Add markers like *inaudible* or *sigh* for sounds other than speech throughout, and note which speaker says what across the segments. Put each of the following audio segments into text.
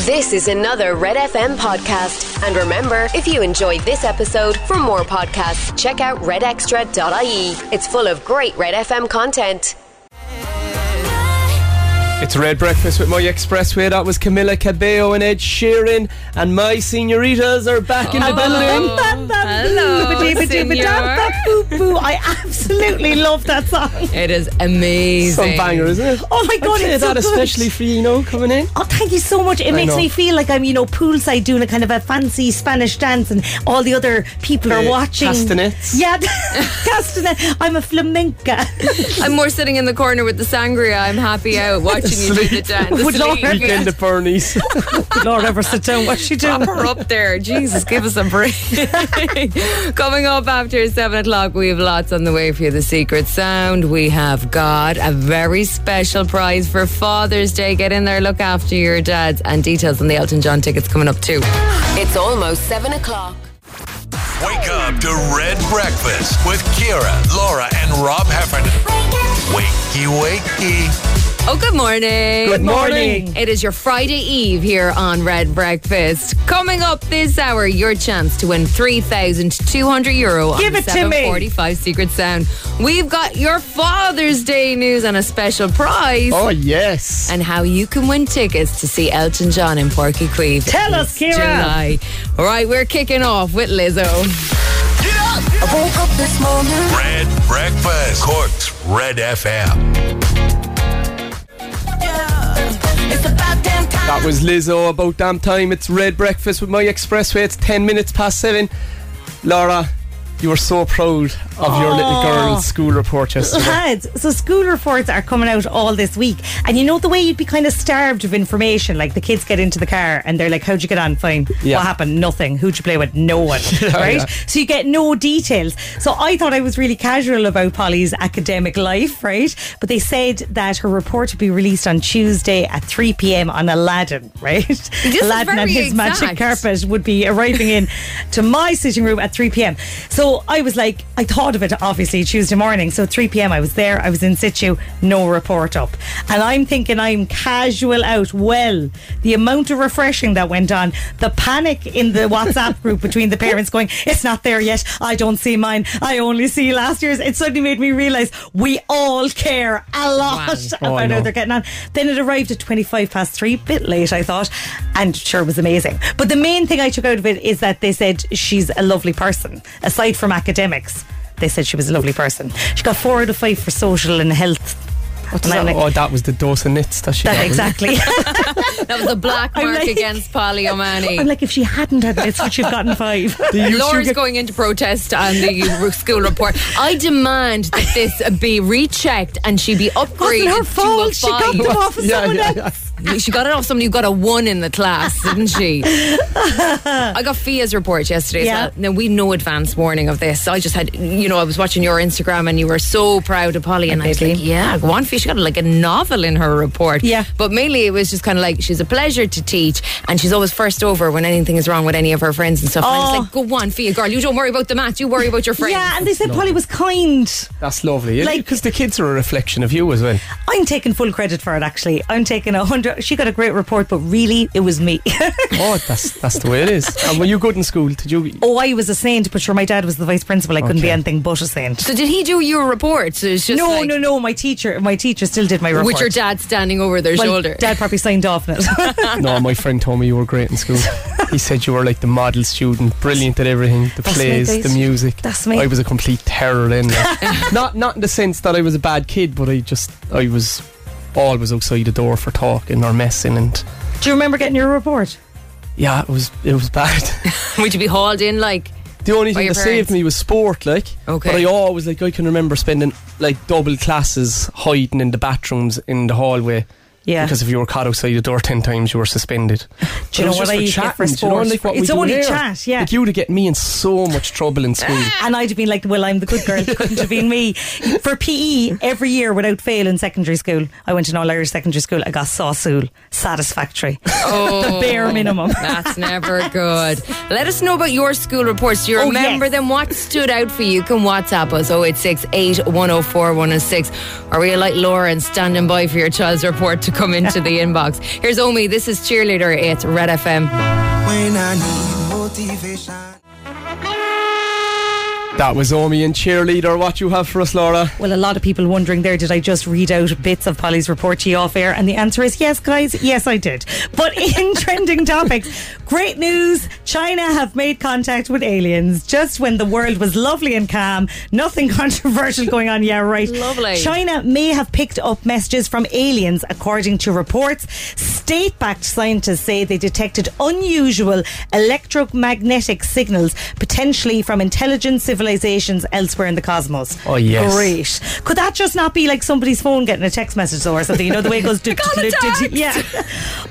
Speaker 1: This is another Red FM podcast. And remember, if you enjoyed this episode, for more podcasts, check out redextra.ie. E. It's full of great Red FM content.
Speaker 2: It's Red Breakfast with My Expressway. That was Camilla Cabello and Ed Sheeran. And my senoritas are back in the building.
Speaker 3: Hello, senor.
Speaker 4: I absolutely love that song.
Speaker 2: *laughs*
Speaker 3: It is amazing.
Speaker 2: Some banger, isn't it?
Speaker 4: Oh my
Speaker 2: I'd
Speaker 4: god,
Speaker 2: say
Speaker 4: it's so
Speaker 2: that
Speaker 4: good.
Speaker 2: especially for you, know, coming in.
Speaker 4: Oh, thank you so much. It makes
Speaker 2: know.
Speaker 4: me feel like I'm, you know, poolside doing a kind of a fancy Spanish dance, and all the other people are
Speaker 2: Uh,
Speaker 4: watching.
Speaker 2: castanets.
Speaker 4: Yeah, *laughs* castanet. I'm
Speaker 2: *laughs*
Speaker 4: a flamenca.
Speaker 3: I'm more sitting in the corner with the sangria. I'm happy out watching you do the dance.
Speaker 4: Would Laura
Speaker 3: Sleep. *laughs*
Speaker 2: Weekend at Bernie's.
Speaker 4: *laughs* Laura ever sit down? What's she doing?
Speaker 3: Prop her up there. Jesus, give us a break. *laughs* Coming up after seven o'clock, we have lots on the way for you. The secret sound. We have God, a very special prize for Father's Day. Get in there, look after your dads, and details on the Elton John tickets coming up too.
Speaker 1: It's almost 7 o'clock.
Speaker 5: Wake up to Red Breakfast with Kira, Laura, and Rob Heffernan. Wakey, wakey.
Speaker 3: Oh, good morning.
Speaker 2: Good morning.
Speaker 3: It is your Friday Eve here on Red Breakfast. Coming up this hour, your chance to win 3,200 euro
Speaker 4: Give
Speaker 3: on
Speaker 4: it to me.
Speaker 3: 745 Secret Sound. We've got your Father's Day news and a special prize.
Speaker 2: oh, yes.
Speaker 3: And how you can win tickets to see Elton John in Porky Queeve.
Speaker 4: Tell
Speaker 3: this
Speaker 4: us, Ciara.
Speaker 3: July. All right, we're kicking off with Lizzo.
Speaker 5: Get up!
Speaker 6: I woke up this morning.
Speaker 5: Red Breakfast, Cork's Red FM.
Speaker 6: Yeah. It's about damn time.
Speaker 2: That was Lizzo about damn time. It's Red Breakfast with My Expressway. It's 10 minutes past 7. Laura, you were so proud of your little girl's school report yesterday.
Speaker 4: Lads, so school reports are coming out all this week, and you know the way you'd be kind of starved of information. Like the kids get into the car and they're like, "How'd you get on? Fine.
Speaker 2: Yeah.
Speaker 4: What happened? Nothing. Who'd you play with? No one.
Speaker 2: *laughs*
Speaker 4: right?
Speaker 2: yeah.
Speaker 4: So you get no details. So I thought I was really casual about Polly's academic life, right? But they said that her report would be released on Tuesday at 3 p.m. on Aladdin, *laughs* right?
Speaker 3: is
Speaker 4: Aladdin and
Speaker 3: very
Speaker 4: his
Speaker 3: exact.
Speaker 4: magic carpet breakfast would be arriving in to my sitting room at 3 p.m. So I was like, I thought of it obviously Tuesday morning. So 3 p.m. I was there, I was in situ, no report up. And I'm thinking I'm casual out. Well, the amount of refreshing that went on, the panic in the WhatsApp group between the parents going, it's not there yet. I don't see mine. I only see last year's. It suddenly made me realize we all care a lot
Speaker 2: Oh, I
Speaker 4: *laughs* about
Speaker 2: know.
Speaker 4: how they're getting on. Then it arrived at 25 past three, bit late, I thought, and sure it was amazing. But the main thing I took out of it is that they said she's a lovely person, aside from academics. They said she was a lovely person. She got four out of five for social and health.
Speaker 2: What's
Speaker 4: And I'm
Speaker 2: that?
Speaker 4: like-
Speaker 2: oh, that was the dose of nits that she
Speaker 4: That
Speaker 2: got. wasn't it?
Speaker 4: *laughs*
Speaker 2: *laughs*
Speaker 4: exactly.
Speaker 3: That was a
Speaker 4: *laughs*
Speaker 3: black
Speaker 4: I'm
Speaker 3: mark
Speaker 4: like-
Speaker 3: against Polly O'Mahony.
Speaker 4: I'm like, if she hadn't had this, would she have gotten five?
Speaker 2: Do you two
Speaker 3: Laura's
Speaker 2: get-
Speaker 3: going into protest on the re-
Speaker 4: *laughs*
Speaker 3: school report. I demand that this be rechecked and she be upgraded
Speaker 4: Wasn't her
Speaker 3: to a
Speaker 4: fault. She got them
Speaker 3: five.
Speaker 4: off of
Speaker 2: Yeah,
Speaker 4: someone
Speaker 2: yeah,
Speaker 4: else.
Speaker 2: yeah.
Speaker 3: She got it off somebody who got a one in the class, didn't
Speaker 4: *laughs*
Speaker 3: she? I got Fia's report yesterday.
Speaker 4: Yeah.
Speaker 3: Yeah. Now we no advance warning of this. I just had, you know, I was watching your Instagram and you were so proud of Polly, and I was like, yeah, go on, Fia. She got like a novel in her report.
Speaker 4: Yeah.
Speaker 3: But mainly it was just kind of like she's a pleasure to teach, and she's always first over when anything is wrong with any of her friends and stuff. And I
Speaker 4: Oh.
Speaker 3: was like, go on, Fia, girl, you don't worry about the maths, you worry about your friends.
Speaker 4: Yeah, and they said Polly was kind.
Speaker 2: That's lovely. Because
Speaker 4: Like-
Speaker 2: the kids are a reflection of you as well.
Speaker 4: I'm taking full credit for it, actually. I'm taking a hundred. She got a great report, but really, it was me. *laughs*
Speaker 2: Oh, that's that's the way it is. And were you good in school? Did
Speaker 4: *laughs*
Speaker 2: you?
Speaker 4: oh, I was a saint, but sure, my dad was the vice principal. I couldn't be
Speaker 2: Okay.
Speaker 4: anything but a saint.
Speaker 3: So did he do your report? So it's just
Speaker 4: No,
Speaker 3: like,
Speaker 4: no, no. My teacher, my teacher still did my report.
Speaker 3: With your dad standing over their
Speaker 4: Well,
Speaker 3: shoulder.
Speaker 4: Dad probably signed off on it. *laughs*
Speaker 2: No, my friend told me you were great in school. He said you were like the model student, brilliant at everything, the
Speaker 4: That's me,
Speaker 2: plays,
Speaker 4: guys.
Speaker 2: the music.
Speaker 4: That's me.
Speaker 2: I was a complete terror then. like.
Speaker 4: *laughs*
Speaker 2: not not in the sense that I was a bad kid, but I just I was always outside the door for talking or messing, and
Speaker 4: Do you remember getting your report?
Speaker 2: yeah, it was it was bad.
Speaker 3: *laughs* Would you be hauled in like
Speaker 2: The only thing
Speaker 3: your
Speaker 2: that saved
Speaker 3: parents?
Speaker 2: me was sport, like.
Speaker 3: Okay.
Speaker 2: But I always like I can remember spending like double classes hiding in the bathrooms in the hallway.
Speaker 4: Yeah.
Speaker 2: Because if you were caught outside the door ten times, you were suspended. But
Speaker 4: you
Speaker 2: it
Speaker 4: know
Speaker 2: was
Speaker 4: what
Speaker 2: just
Speaker 4: I used to get for
Speaker 2: chatting, do you know,
Speaker 4: sport?
Speaker 2: like what we
Speaker 4: It's
Speaker 2: do
Speaker 4: only
Speaker 2: here.
Speaker 4: chat, yeah.
Speaker 2: Like you would have get me in so much trouble in
Speaker 4: *laughs*
Speaker 2: school.
Speaker 4: And I'd have been like, well, I'm the good girl. It couldn't have been me. For PE, every year without fail in secondary school, I went to an all Irish secondary school. I got sawsool. Satisfactory. *laughs* the
Speaker 3: Oh.
Speaker 4: bare minimum.
Speaker 3: That's never good. Let us know about your school reports. Do you
Speaker 4: Oh,
Speaker 3: remember
Speaker 4: yes.
Speaker 3: them? What stood out for you? You Can WhatsApp us 086 104 106. Are we like Lauren standing by for your child's report to to come into the inbox. Here's Omi. This is Cheerleader. It's Red
Speaker 4: *laughs*
Speaker 3: FM.
Speaker 7: When I need motivation.
Speaker 2: That was Omi and cheerleader. What you have for us, Laura?
Speaker 4: Well, a lot of people wondering there, did I just read out bits of Polly's report to you off air? And the answer is yes, guys. Yes, I did. But in trending topics, great news China have made contact with aliens just when the world was lovely and calm, nothing *laughs* controversial going on. Yeah, right.
Speaker 3: Lovely.
Speaker 4: China may have picked up messages from aliens, according to reports. State backed scientists say they detected unusual electromagnetic signals, potentially from intelligent civilizations elsewhere in the cosmos.
Speaker 2: Oh, yes.
Speaker 4: Great. Could that just not be like somebody's phone getting a text message though or something? You know, the way it goes. did-
Speaker 3: got a
Speaker 4: did-
Speaker 3: text.
Speaker 4: did- Yeah.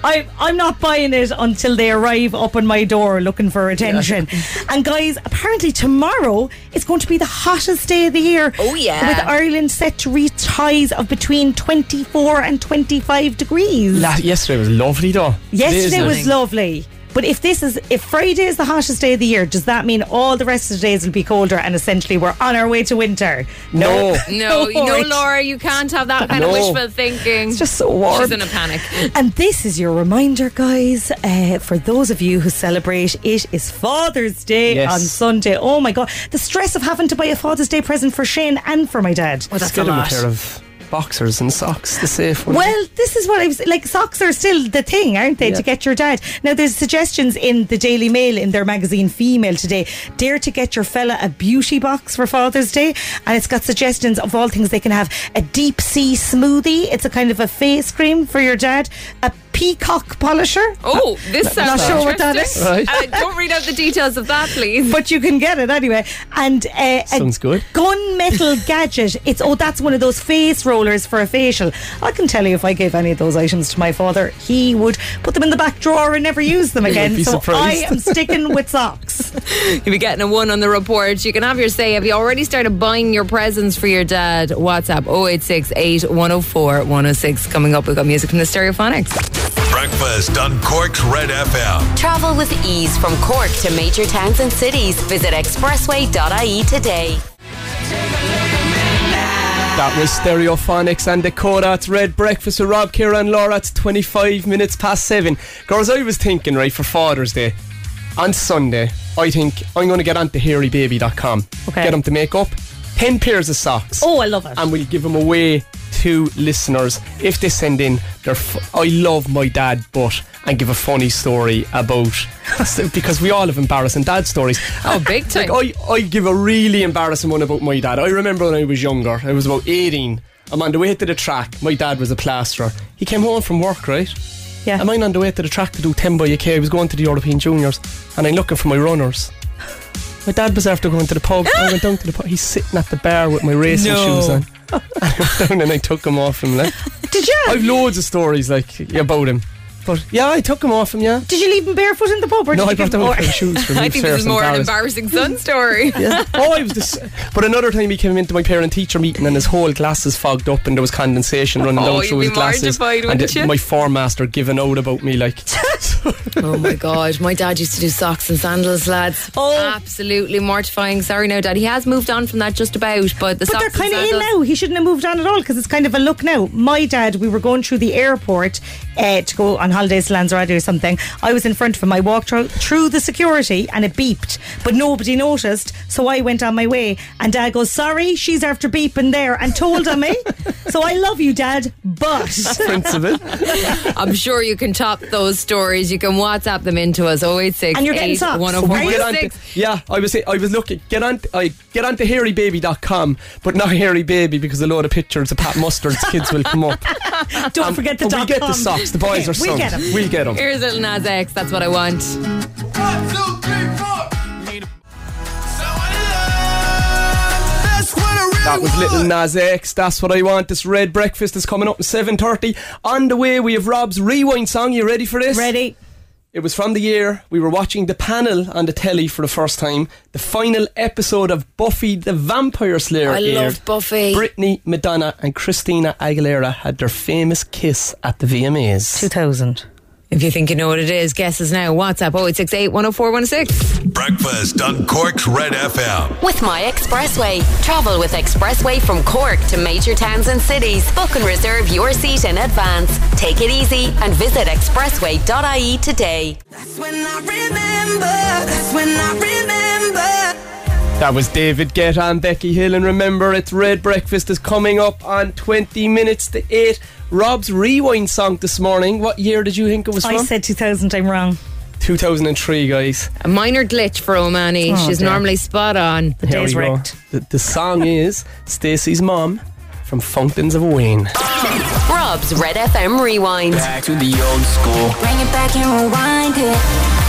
Speaker 4: I, I'm not buying it until they arrive up on my door looking
Speaker 3: *laughs*
Speaker 4: for attention. And guys, apparently tomorrow is going to be the hottest day of the year.
Speaker 3: Oh, yeah.
Speaker 4: With Ireland set to reach highs of between 24 and 25 degrees.
Speaker 2: La- yesterday was lovely, though.
Speaker 4: Yesterday
Speaker 2: Amazing.
Speaker 4: was lovely. But if this is if Friday is the hottest day of the year, does that mean all the rest of the days will be colder and essentially we're on our way to winter?
Speaker 2: No.
Speaker 3: No,
Speaker 4: Lord. *laughs*
Speaker 3: no, Laura, you can't have that kind of
Speaker 2: No.
Speaker 3: wishful thinking. It's
Speaker 4: just so warm.
Speaker 3: She's in a panic.
Speaker 4: And this is your reminder, guys, uh, for those of you who celebrate, it is Father's Day
Speaker 2: Yes.
Speaker 4: on Sunday. Oh my God. The stress of having to buy a Father's Day present for Shane and for my dad.
Speaker 3: Well,
Speaker 2: Let's
Speaker 3: that's a
Speaker 2: get him a
Speaker 3: lot.
Speaker 2: pair of boxers and socks, the safe one.
Speaker 4: Well, this is what I was like. Socks are still the thing, aren't they? To
Speaker 2: Yeah.
Speaker 4: get your dad. Now, there's suggestions in the Daily Mail in their magazine Female today. Dare to get your fella a beauty box for Father's Day, and it's got suggestions of all things they can have: a deep sea smoothie. It's a kind of a face cream for your dad. A peacock polisher.
Speaker 3: Oh, this sounds
Speaker 4: Not sure what
Speaker 3: *laughs*
Speaker 4: that
Speaker 3: interesting.
Speaker 4: is.
Speaker 2: Right.
Speaker 3: Uh, don't read out the details of that, please.
Speaker 4: *laughs* but you can get it anyway. And uh,
Speaker 2: Sounds good. *laughs*
Speaker 4: Gun metal gadget. It's oh, that's one of those face rollers for a facial. I can tell you, if I gave any of those items to my father, he would put them in the back drawer and never
Speaker 2: *laughs*
Speaker 4: use them again.
Speaker 2: be
Speaker 4: so
Speaker 2: surprised.
Speaker 4: I am sticking with socks.
Speaker 3: You'll be getting a one on the report. You can have your say. Have you already started buying your presents for your dad? WhatsApp 086 104 106. Coming up, we've got music from the Stereophonics.
Speaker 5: Breakfast on Cork's Red FM.
Speaker 1: Travel with ease from Cork to major towns and cities. Visit expressway.ie E today.
Speaker 2: That was Stereophonics and Dakota. It's Red Breakfast with Rob, Kira, and Laura. It's 25 minutes past seven. Girls, I was thinking, right, for Father's Day, on Sunday, I think I'm going to get onto hairybaby.com.
Speaker 4: Okay.
Speaker 2: Get them to make up 10 pairs of socks.
Speaker 4: *laughs* Oh, I love it.
Speaker 2: And we'll give them away to listeners if they send in their. F- I love my dad, but. And give a funny story about. *laughs* because we all have embarrassing dad stories.
Speaker 3: Oh, big time.
Speaker 2: I, I give a really embarrassing one about my dad. I remember when I was younger, I was about 18. I'm on the way to the track. My dad was a plasterer. He came home from work, right?
Speaker 4: Yeah.
Speaker 2: And I'm on the way to the track to do 10 by a K. I was going to the European Juniors and I'm looking for my runners. My dad was after going to the pub. I went down to the pub. He's sitting at the bar with my racing
Speaker 4: No.
Speaker 2: shoes on. *laughs* I went down and I took him off him. Like.
Speaker 4: Did you?
Speaker 2: I've loads of stories like about him. But yeah, I took him off him, yeah.
Speaker 4: did you leave him barefoot in the pub? Or
Speaker 2: No,
Speaker 4: did
Speaker 2: I
Speaker 4: you
Speaker 2: brought
Speaker 4: give
Speaker 2: them
Speaker 4: him
Speaker 2: a
Speaker 4: more?
Speaker 2: pair of shoes
Speaker 3: *laughs*
Speaker 2: for me.
Speaker 3: I think this is more an embarrassing son story.
Speaker 2: Yeah. Oh, I was just. But another time he came into my parent teacher meeting and his whole glasses fogged up and there was condensation running
Speaker 3: Oh,
Speaker 2: down
Speaker 3: you'd
Speaker 2: through
Speaker 3: be
Speaker 2: his glasses.
Speaker 3: mortified,
Speaker 2: and it-
Speaker 3: wouldn't you?
Speaker 2: my form master giving out about me like.
Speaker 3: *laughs* oh my god, my dad used to do socks and sandals, lads.
Speaker 4: Oh.
Speaker 3: absolutely mortifying. Sorry, no, dad. He has moved on from that just about, but the
Speaker 4: But
Speaker 3: socks
Speaker 4: they're kind of
Speaker 3: and
Speaker 4: in
Speaker 3: sandals.
Speaker 4: now. He shouldn't have moved on at all because it's kind of a look now. My dad, we were going through the airport uh, to go on holidays to Lanzarote or something. I was in front of him. I walked thro- through the security and it beeped, but nobody noticed. So I went on my way. And dad goes, Sorry, she's after beeping there and told
Speaker 2: *laughs*
Speaker 4: on me. so I love you, dad, but.
Speaker 2: Prince of it.
Speaker 3: I'm sure you can top those stories. You can WhatsApp them into us 086
Speaker 4: And you're getting socks. Are you
Speaker 2: Get on
Speaker 3: 104
Speaker 2: to- yeah, I was I was looking get on I get on to hairybaby.com but not hairy baby because a load of pictures of Pat Mustard's kids will come up.
Speaker 4: Don't forget the
Speaker 2: Um, but we
Speaker 4: dot
Speaker 2: get
Speaker 4: com.
Speaker 2: the socks. The boys
Speaker 4: Okay,
Speaker 2: are sons.
Speaker 4: We'll get 'em.
Speaker 2: We'll get 'em.
Speaker 3: Here's little Nas X. That's what I want.
Speaker 7: One, two, three, four. So in love. That's what I really
Speaker 2: That was Little
Speaker 7: want.
Speaker 2: Nas X. That's what I want. This red breakfast is coming up at seven thirty. On the way, we have Rob's rewind song. You ready for this?
Speaker 4: Ready?
Speaker 2: It was from the year we were watching the panel on the telly for the first time. The final episode of Buffy the Vampire Slayer.
Speaker 3: I
Speaker 2: aired.
Speaker 3: loved Buffy.
Speaker 2: Britney, Madonna, and Christina Aguilera had their famous kiss at the VMAs.
Speaker 4: 2000.
Speaker 3: If you think you know what it is, guess us now. WhatsApp 0868 10416.
Speaker 5: Breakfast on Cork's Red FM.
Speaker 1: With My Expressway. Travel with Expressway from Cork to major towns and cities. Book and reserve your seat in advance. Take it easy and visit expressway.ie E today.
Speaker 6: That's when I remember. That's when I remember.
Speaker 2: That was David Guetta and Becky Hill, and remember, it's Red Breakfast is coming up on 20 minutes to 8. Rob's rewind song this morning, what year did you think it was
Speaker 4: I
Speaker 2: from?
Speaker 4: said 2000, I'm wrong.
Speaker 2: 2003, guys.
Speaker 3: A minor glitch for Omani.
Speaker 4: Oh,
Speaker 3: She's
Speaker 4: dear.
Speaker 3: normally spot on.
Speaker 2: Here
Speaker 4: Days
Speaker 2: we go.
Speaker 4: wrecked.
Speaker 2: The, the song is Stacey's Mom from Fountains of Wayne.
Speaker 1: Rob's Red FM Rewind.
Speaker 8: Back to the old school.
Speaker 6: Bring it back and rewind it.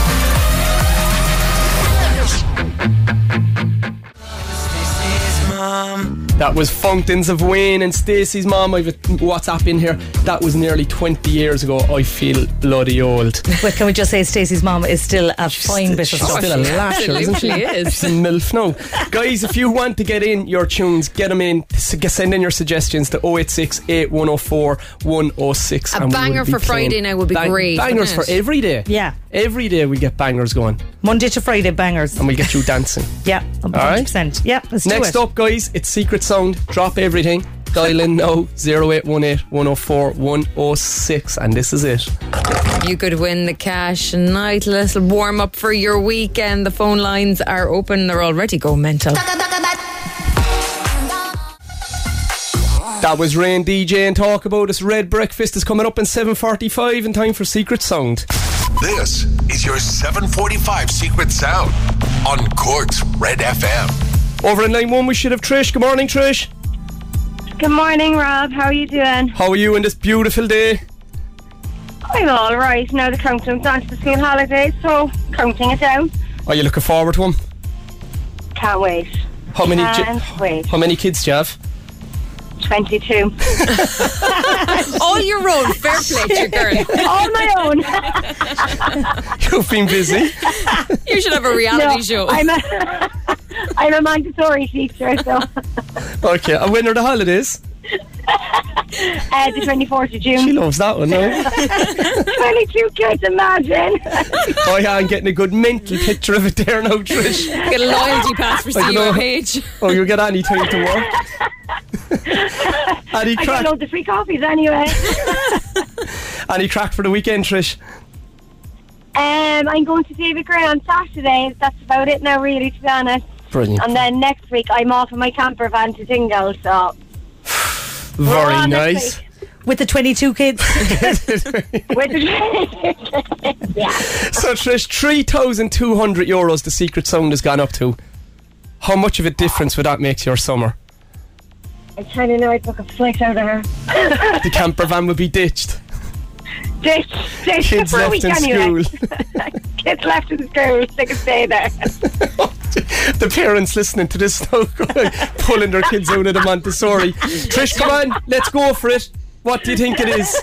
Speaker 2: That was Fountains of Wayne and Stacey's Mom. I've a WhatsApp in here. That was nearly 20 years ago. I feel bloody old.
Speaker 4: But can we just say Stacey's mum is still a fine bit of
Speaker 2: She's
Speaker 4: stuff.
Speaker 2: *laughs* still a lasher, isn't she?
Speaker 3: literally is.
Speaker 2: She's a MILF now. Guys, if you want to get in your tunes, get them in. S- Send in your suggestions to 086 8104 106.
Speaker 3: A
Speaker 2: and we will
Speaker 3: banger
Speaker 2: be
Speaker 3: for
Speaker 2: playing
Speaker 3: Friday night would be great,
Speaker 2: Bangers
Speaker 3: wouldn't
Speaker 2: for
Speaker 3: it?
Speaker 2: every day.
Speaker 4: Yeah.
Speaker 2: Every day we get bangers going
Speaker 4: Monday to Friday bangers.
Speaker 2: and we get you dancing.
Speaker 4: Yeah, 100%.
Speaker 2: right.
Speaker 4: Yeah, let's
Speaker 2: Next
Speaker 4: do it.
Speaker 2: up, guys, it's Secret Sound. Drop everything. Dial in now 0818 104 106. And this is it.
Speaker 3: You could win the cash and night little warm up for your weekend. The phone lines are open. They're already go mental.
Speaker 2: That was Rain DJ and Talk About Us. Red Breakfast is coming up in 7.45 in time for Secret Sound.
Speaker 5: This is your 745 Secret Sound on Cork's Red FM.
Speaker 2: Over in line one, we should have Trish. Good morning, Trish.
Speaker 9: Good morning, Rob. How are you doing?
Speaker 2: How are you on this beautiful day?
Speaker 9: I'm all right. Now the countdown's on to the school holidays, so counting it down.
Speaker 2: Are you looking forward to them?
Speaker 9: Can't wait.
Speaker 2: How many? do-
Speaker 9: Can't wait.
Speaker 2: how many kids do you have? *laughs*
Speaker 9: 22.
Speaker 3: All your own. Fair play to your girl.
Speaker 9: all my
Speaker 2: *laughs*
Speaker 9: own.
Speaker 2: You've been busy.
Speaker 3: You should have a reality show.
Speaker 9: I'm a, *laughs* I'm a Montessori teacher, so uh,
Speaker 2: okay, and when are the holidays?
Speaker 9: uh, the 24th of
Speaker 2: She
Speaker 9: June.
Speaker 2: loves that one. No?
Speaker 9: 22
Speaker 2: *laughs*
Speaker 9: kids, imagine.
Speaker 2: oh yeah, I'm getting a good mental picture of it there now, Trish.
Speaker 3: Get a loyalty pass for
Speaker 2: I dunno.
Speaker 3: CUMH.
Speaker 2: Oh, you'll get any time to work.
Speaker 9: *laughs*
Speaker 2: any
Speaker 9: I get
Speaker 2: crack?
Speaker 9: loads of free coffees anyway.
Speaker 2: Any crack for the weekend, Trish?
Speaker 9: Um, I'm going to David Gray on Saturday. That's about it now, really, to be honest.
Speaker 2: Brilliant.
Speaker 9: And then next week, I'm off in my camper van to Dingle, so we're
Speaker 2: Very
Speaker 9: on next
Speaker 2: nice.
Speaker 9: week.
Speaker 4: With the
Speaker 2: *laughs*
Speaker 4: 22 kids.
Speaker 9: With *laughs* the-
Speaker 2: So Trish, three thousand two hundred euros. The secret sound has gone up to. How much of a difference would that make to your summer?
Speaker 9: I'm trying to know I'd book a flight out of her.
Speaker 2: The camper van would be
Speaker 9: *laughs*
Speaker 2: ditched.
Speaker 9: Ditch, ditch
Speaker 2: Kids
Speaker 9: for a
Speaker 2: left
Speaker 9: week
Speaker 2: in
Speaker 9: anyway.
Speaker 2: school.
Speaker 9: *laughs* Kids left in school, they can stay there.
Speaker 2: the parents listening to this now *laughs* going, pulling their kids out of the Montessori. Trish, come on, let's go for it. What do you think it is?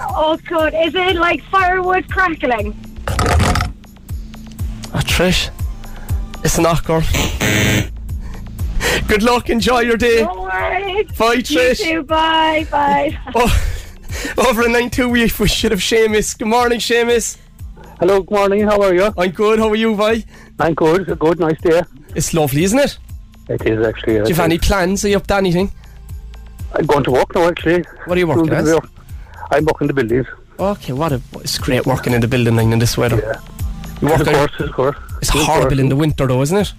Speaker 9: Oh, good. Is it like firewood crackling?
Speaker 2: Oh, Trish, it's an awkward. Good luck, enjoy your day.
Speaker 9: Don't worry.
Speaker 2: Bye,
Speaker 9: You
Speaker 2: Trish.
Speaker 9: too. Bye, bye.
Speaker 2: Oh, over in 9 2, we, we should have Seamus. Good morning, Seamus.
Speaker 10: Hello, good morning. How are you?
Speaker 2: I'm good, how are you, boy?
Speaker 10: I'm good. Good, nice day.
Speaker 2: It's lovely, isn't it?
Speaker 10: It is actually.
Speaker 2: Do you have any plans? Are you up to anything?
Speaker 10: I'm going to work now. Actually,
Speaker 2: What are you working as?
Speaker 10: I'm working the buildings.
Speaker 2: Okay, what a. It's great working in the building line in this weather.
Speaker 10: Yeah.
Speaker 2: You work
Speaker 10: Of
Speaker 2: out-
Speaker 10: course, of course.
Speaker 2: it's horrible in the winter, though, isn't it?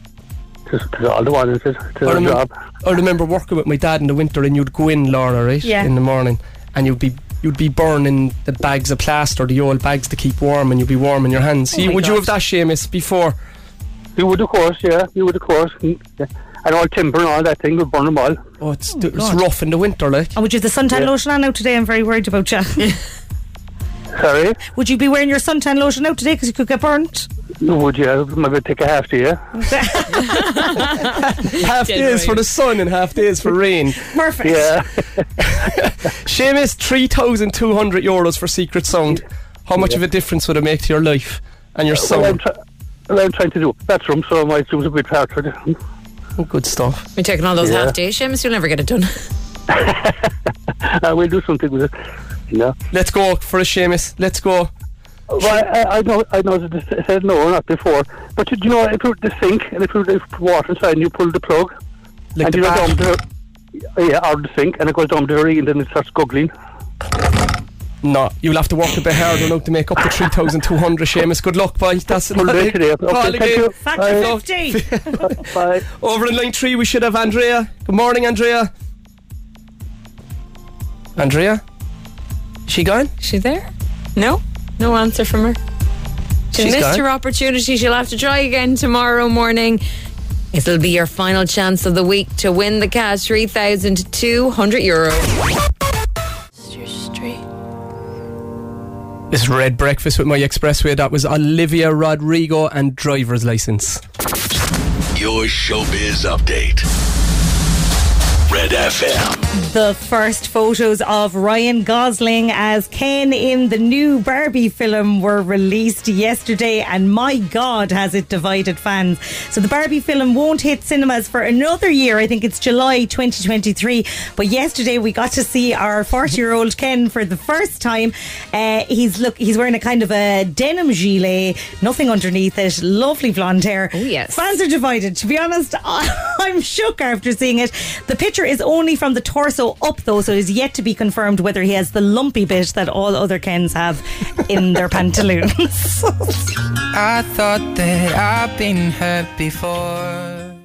Speaker 10: It's, it's all the one. It's, it's
Speaker 2: I
Speaker 10: a
Speaker 2: remember,
Speaker 10: job.
Speaker 2: I remember working with my dad in the winter, and you'd go in, Laura, right?
Speaker 4: Yeah.
Speaker 2: In the morning, and you'd be you'd be burning the bags of plaster, the old bags to keep warm, and you'd be warm in your hands. You-
Speaker 4: Oh my
Speaker 2: would you have
Speaker 4: God.
Speaker 2: that, Seamus, before?
Speaker 10: You would, of course. Yeah, you would, of course. Mm, yeah. And all timber and all that thing. We burn them all.
Speaker 2: Oh, it's, it's
Speaker 4: God.
Speaker 2: rough in the winter, like.
Speaker 4: And would you have the suntan
Speaker 10: Yeah.
Speaker 4: lotion on now today? I'm very worried about you.
Speaker 10: Sorry.
Speaker 4: would you be wearing your suntan lotion out today because you could get burnt?
Speaker 10: Would you? Maybe take a half day. Yeah.
Speaker 4: Oh,
Speaker 2: half days for the sun and half days for
Speaker 4: *laughs*
Speaker 2: rain.
Speaker 4: Perfect.
Speaker 10: Yeah.
Speaker 2: Seamus, 3,200 euros for Secret Sound. How much of a difference would it make to your life and your
Speaker 10: Well, I'm,
Speaker 2: sound?
Speaker 10: try- well, I'm trying to do bathroom, so my room's a bit harder. *laughs*
Speaker 2: Oh, good stuff.
Speaker 3: You're taking all those
Speaker 10: Yeah.
Speaker 3: half day shims, you'll never get it done.
Speaker 10: I will Uh, do something with it. You know.
Speaker 2: Let's go for a Seamus. Let's go.
Speaker 10: Well, I, I know, I know that it said no or not before, but you, you know, if you the sink and if you if you put water inside and you pull the plug,
Speaker 2: Like
Speaker 10: and
Speaker 2: the
Speaker 10: you go down
Speaker 2: bath-
Speaker 10: to her, yeah, out of the sink, and it goes down to her and then it starts
Speaker 2: *laughs*
Speaker 10: guggling.
Speaker 2: No, you'll have to work a bit harder now to make up the 3,200, Seamus. Good luck, boy. That's
Speaker 10: Full day today. Okay,
Speaker 2: Call
Speaker 10: thank
Speaker 2: again.
Speaker 10: you.
Speaker 4: Fact
Speaker 10: Bye.
Speaker 2: Love.
Speaker 4: 50.
Speaker 10: Bye.
Speaker 2: Over in line three, we should have Andrea. Good morning, Andrea. Andrea? She gone?
Speaker 3: Is she there? No? No answer from her. She
Speaker 2: She's
Speaker 3: missed
Speaker 2: gone.
Speaker 3: her opportunity. She'll have to try again tomorrow morning. It'll be your final chance of the week to win the cash 3,200 euro.
Speaker 2: This is Red Breakfast with My Expressway. That was Olivia Rodrigo and driver's license.
Speaker 5: Your showbiz update. Red FM.
Speaker 4: The first photos of Ryan Gosling as Ken in the new Barbie film were released yesterday, and my God, has it divided fans. So, the Barbie film won't hit cinemas for another year. I think it's July 2023. But yesterday, we got to see our 40 year old Ken for the first time. Uh, he's look, he's wearing a kind of a denim gilet, nothing underneath it, lovely blonde hair. Oh,
Speaker 3: yes.
Speaker 4: Fans are divided. To be honest, *laughs* I- I'm shook after seeing it. The picture is only from the torso up, though, so it is yet to be confirmed whether he has the lumpy bit that all other Kens have in
Speaker 2: *laughs*
Speaker 4: their pantaloons.
Speaker 7: I thought that I've been hurt before.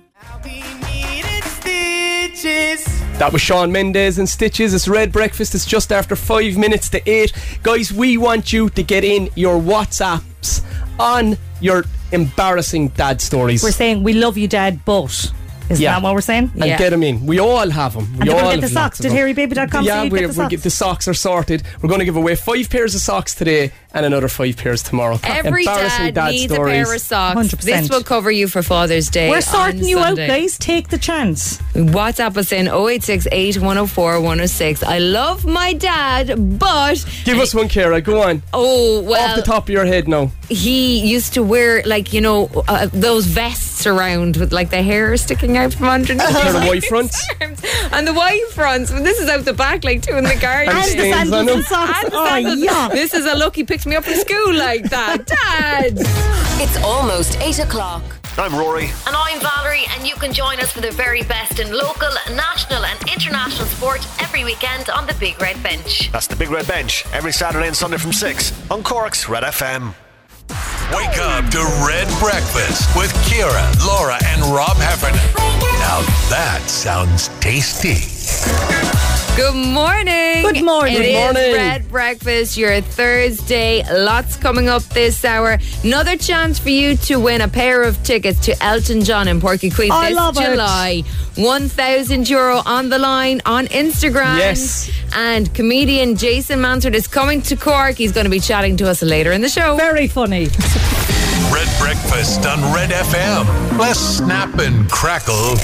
Speaker 2: That was Sean Mendes and Stitches. It's Red Breakfast. It's just after five minutes to eight. Guys, we want you to get in your WhatsApps on your embarrassing dad stories.
Speaker 4: we're saying, We love you, Dad, but. Isn't
Speaker 2: Yeah.
Speaker 4: that what we're saying?
Speaker 2: and
Speaker 3: Yeah.
Speaker 2: get them in. We all have them. We
Speaker 4: And
Speaker 2: all
Speaker 4: people get
Speaker 2: have
Speaker 4: the
Speaker 2: lots
Speaker 4: socks.
Speaker 2: of
Speaker 4: Did
Speaker 2: them.
Speaker 4: harrybaby.com
Speaker 2: Yeah,
Speaker 4: say you
Speaker 2: we're,
Speaker 4: get the
Speaker 2: we're get-
Speaker 4: socks?
Speaker 2: the socks are sorted. We're going to give away five pairs of socks today and another five pairs tomorrow.
Speaker 3: Every
Speaker 2: embarrassing
Speaker 3: dad,
Speaker 2: dad,
Speaker 3: needs
Speaker 2: stories.
Speaker 3: a pair of socks.
Speaker 4: 100%.
Speaker 3: This will cover you for Father's Day.
Speaker 4: We're
Speaker 3: on
Speaker 4: sorting you
Speaker 3: Sunday.
Speaker 4: out, guys. Take the chance.
Speaker 3: WhatsApp us in 0868 104 106. I love my dad, but.
Speaker 2: Give us one, Kara. Go on.
Speaker 3: Oh, well.
Speaker 2: Off the top of your head now.
Speaker 3: he used to wear like you know uh, those vests around with like the hair sticking out from underneath.
Speaker 2: Kara,
Speaker 4: Uh-huh.
Speaker 3: his
Speaker 2: wide
Speaker 4: *laughs*
Speaker 2: fronts.
Speaker 3: arms. and the wide fronts. But this is out the back, like two in the garden.
Speaker 2: And
Speaker 4: *laughs* And the
Speaker 2: Stains on
Speaker 4: sandals
Speaker 2: them.
Speaker 4: and socks.
Speaker 3: And the
Speaker 4: oh,
Speaker 3: sandals.
Speaker 4: yeah.
Speaker 2: *laughs*
Speaker 3: This is a look. He picked me up from school like that, Dad.
Speaker 1: It's almost 8 o'clock.
Speaker 5: I'm Rory.
Speaker 1: And I'm Valerie, and you can join us for the very best in local, national, and international sport every weekend on the Big Red Bench.
Speaker 5: That's the Big Red Bench every Saturday and Sunday from 6 on Cork's Red FM. Wake up to Red Breakfast with Kira, Laura, and Rob Heffernan. Now that sounds tasty.
Speaker 3: Good morning.
Speaker 4: Good morning.
Speaker 3: It
Speaker 4: Good
Speaker 3: is
Speaker 2: morning.
Speaker 3: Red Breakfast, your Thursday. Lots coming up this hour. Another chance for you to win a pair of tickets to Elton John and Porky Queen
Speaker 4: I
Speaker 3: this
Speaker 4: love it.
Speaker 3: July. 1,000 euro on the line on Instagram.
Speaker 2: Yes.
Speaker 3: And comedian Jason Mansard is coming to Cork. He's going to be chatting to us later in the show.
Speaker 4: Very funny.
Speaker 5: Red Breakfast on Red FM. Let's snap and crackle.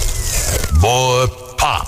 Speaker 5: Boy, pop.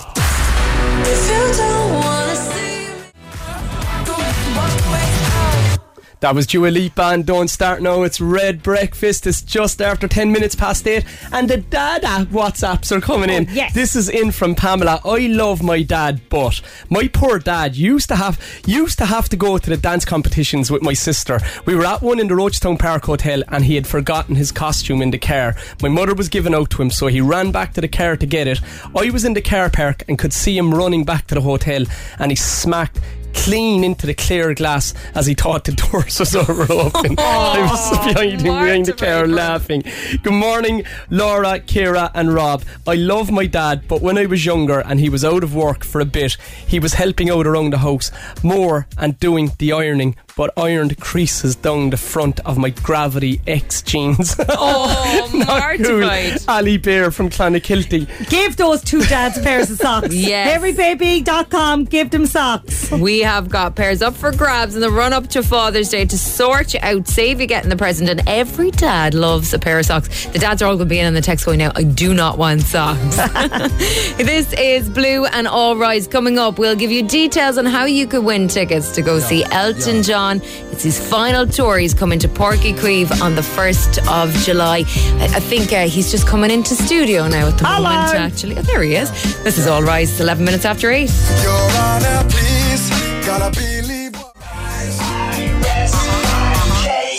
Speaker 2: That was Dua Lipa and Don't Start Now. It's Red Breakfast. It's just after 10 minutes past 8. And the dad app WhatsApps are coming in.
Speaker 4: yes.
Speaker 2: This is in from Pamela. I love my dad, but my poor dad used to have used to have to go to the dance competitions with my sister. We were at one in the Roachtown Park Hotel and he had forgotten his costume in the car. My mother was given out to him, so he ran back to the car to get it. I was in the car park and could see him running back to the hotel and he smacked clean into the clear glass as he thought the doors was *laughs* over open. I was behind him, behind the car, laughing. Good morning, Laura, Kira, and Rob. I love my dad, but when I was younger and he was out of work for a bit, he was helping out around the house more and doing the ironing. But ironed creases down the front of my Gravity X jeans. *laughs*
Speaker 3: Oh,
Speaker 2: Not cool.
Speaker 3: mortified.
Speaker 2: Ali Bear from Clonakilty.
Speaker 4: Give those two dads pairs of socks.
Speaker 3: Yes.
Speaker 4: Everybaby.com, give them socks.
Speaker 3: We have got pairs up for grabs in the run up to Father's Day to sort you out, save you getting the present, and every dad loves a pair of socks. The dads are all going to be in on the text going now, I do not want socks. *laughs* this is Blue and All Rise coming up. We'll give you details on how you could win tickets to go see Elton John. It's his final tour. He's coming to Porky Creeve on the 1st of July. I, I think uh, he's just coming into studio now at the
Speaker 4: Hello.
Speaker 3: moment, actually. Oh, there he is. This is All Rise, 11 minutes after 8.
Speaker 7: Your Honor, please, gotta believe what I see.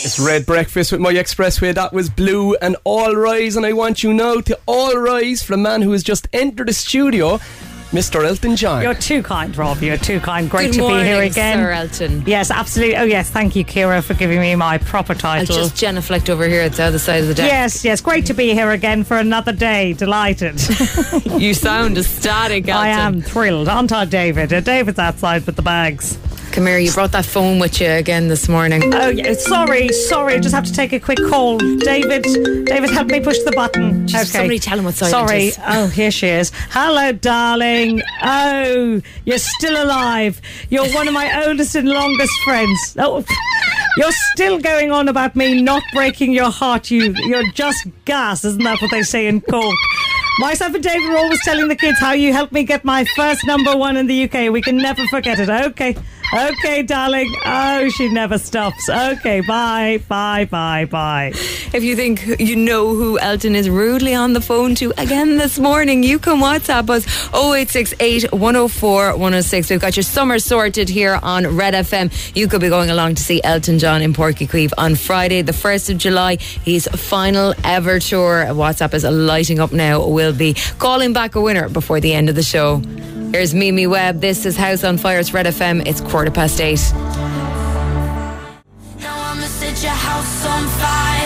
Speaker 2: It's Red Breakfast with My Expressway. That was Blue and All Rise. And I want you now to All Rise for a man who has just entered the studio, Mr. Elton John.
Speaker 4: You're too kind, Rob. You're too kind. Great
Speaker 3: Good
Speaker 4: to
Speaker 3: morning,
Speaker 4: be here again.
Speaker 3: Sir Elton.
Speaker 4: Yes, absolutely. Oh, yes. Thank you, Kira, for giving me my proper
Speaker 3: I'll
Speaker 4: title.
Speaker 3: just genuflect over here at the other side of the desk.
Speaker 4: Yes, yes. Great to be here again for another
Speaker 3: *laughs*
Speaker 4: day. Delighted.
Speaker 3: You sound ecstatic, Elton.
Speaker 4: I am thrilled. On to David. Uh, David's outside with the bags.
Speaker 3: Come here, you brought that phone with you again this morning.
Speaker 4: Oh, yeah. Sorry, sorry. I just have to take a quick call. David, David, help me push the button.
Speaker 3: Jeez, somebody tell him what silent
Speaker 4: Sorry.
Speaker 3: is.
Speaker 4: Oh, here she is. Hello, darling. Oh, you're still alive. You're one of my oldest and longest friends. Oh, you're still going on about me not breaking your heart. You, you're just gas. Isn't that what they say in Cork? Myself and David were always telling the kids how you helped me get my first number one in the UK. We can never forget it. Okay. Okay, darling. Oh, she never stops. Okay, bye, bye, bye, bye.
Speaker 3: If you think you know who Elton is rudely on the phone to again this morning, you can WhatsApp us 0868 104 106. We've got your summer sorted here on Red FM. You could be going along to see Elton John in Porkycreeve on Friday, the 1st of July, his final ever tour. WhatsApp is lighting up now. We'll be calling back a winner before the end of the show. Here's Mimi Webb. This is House on Fire. It's Red FM. It's quarter past eight.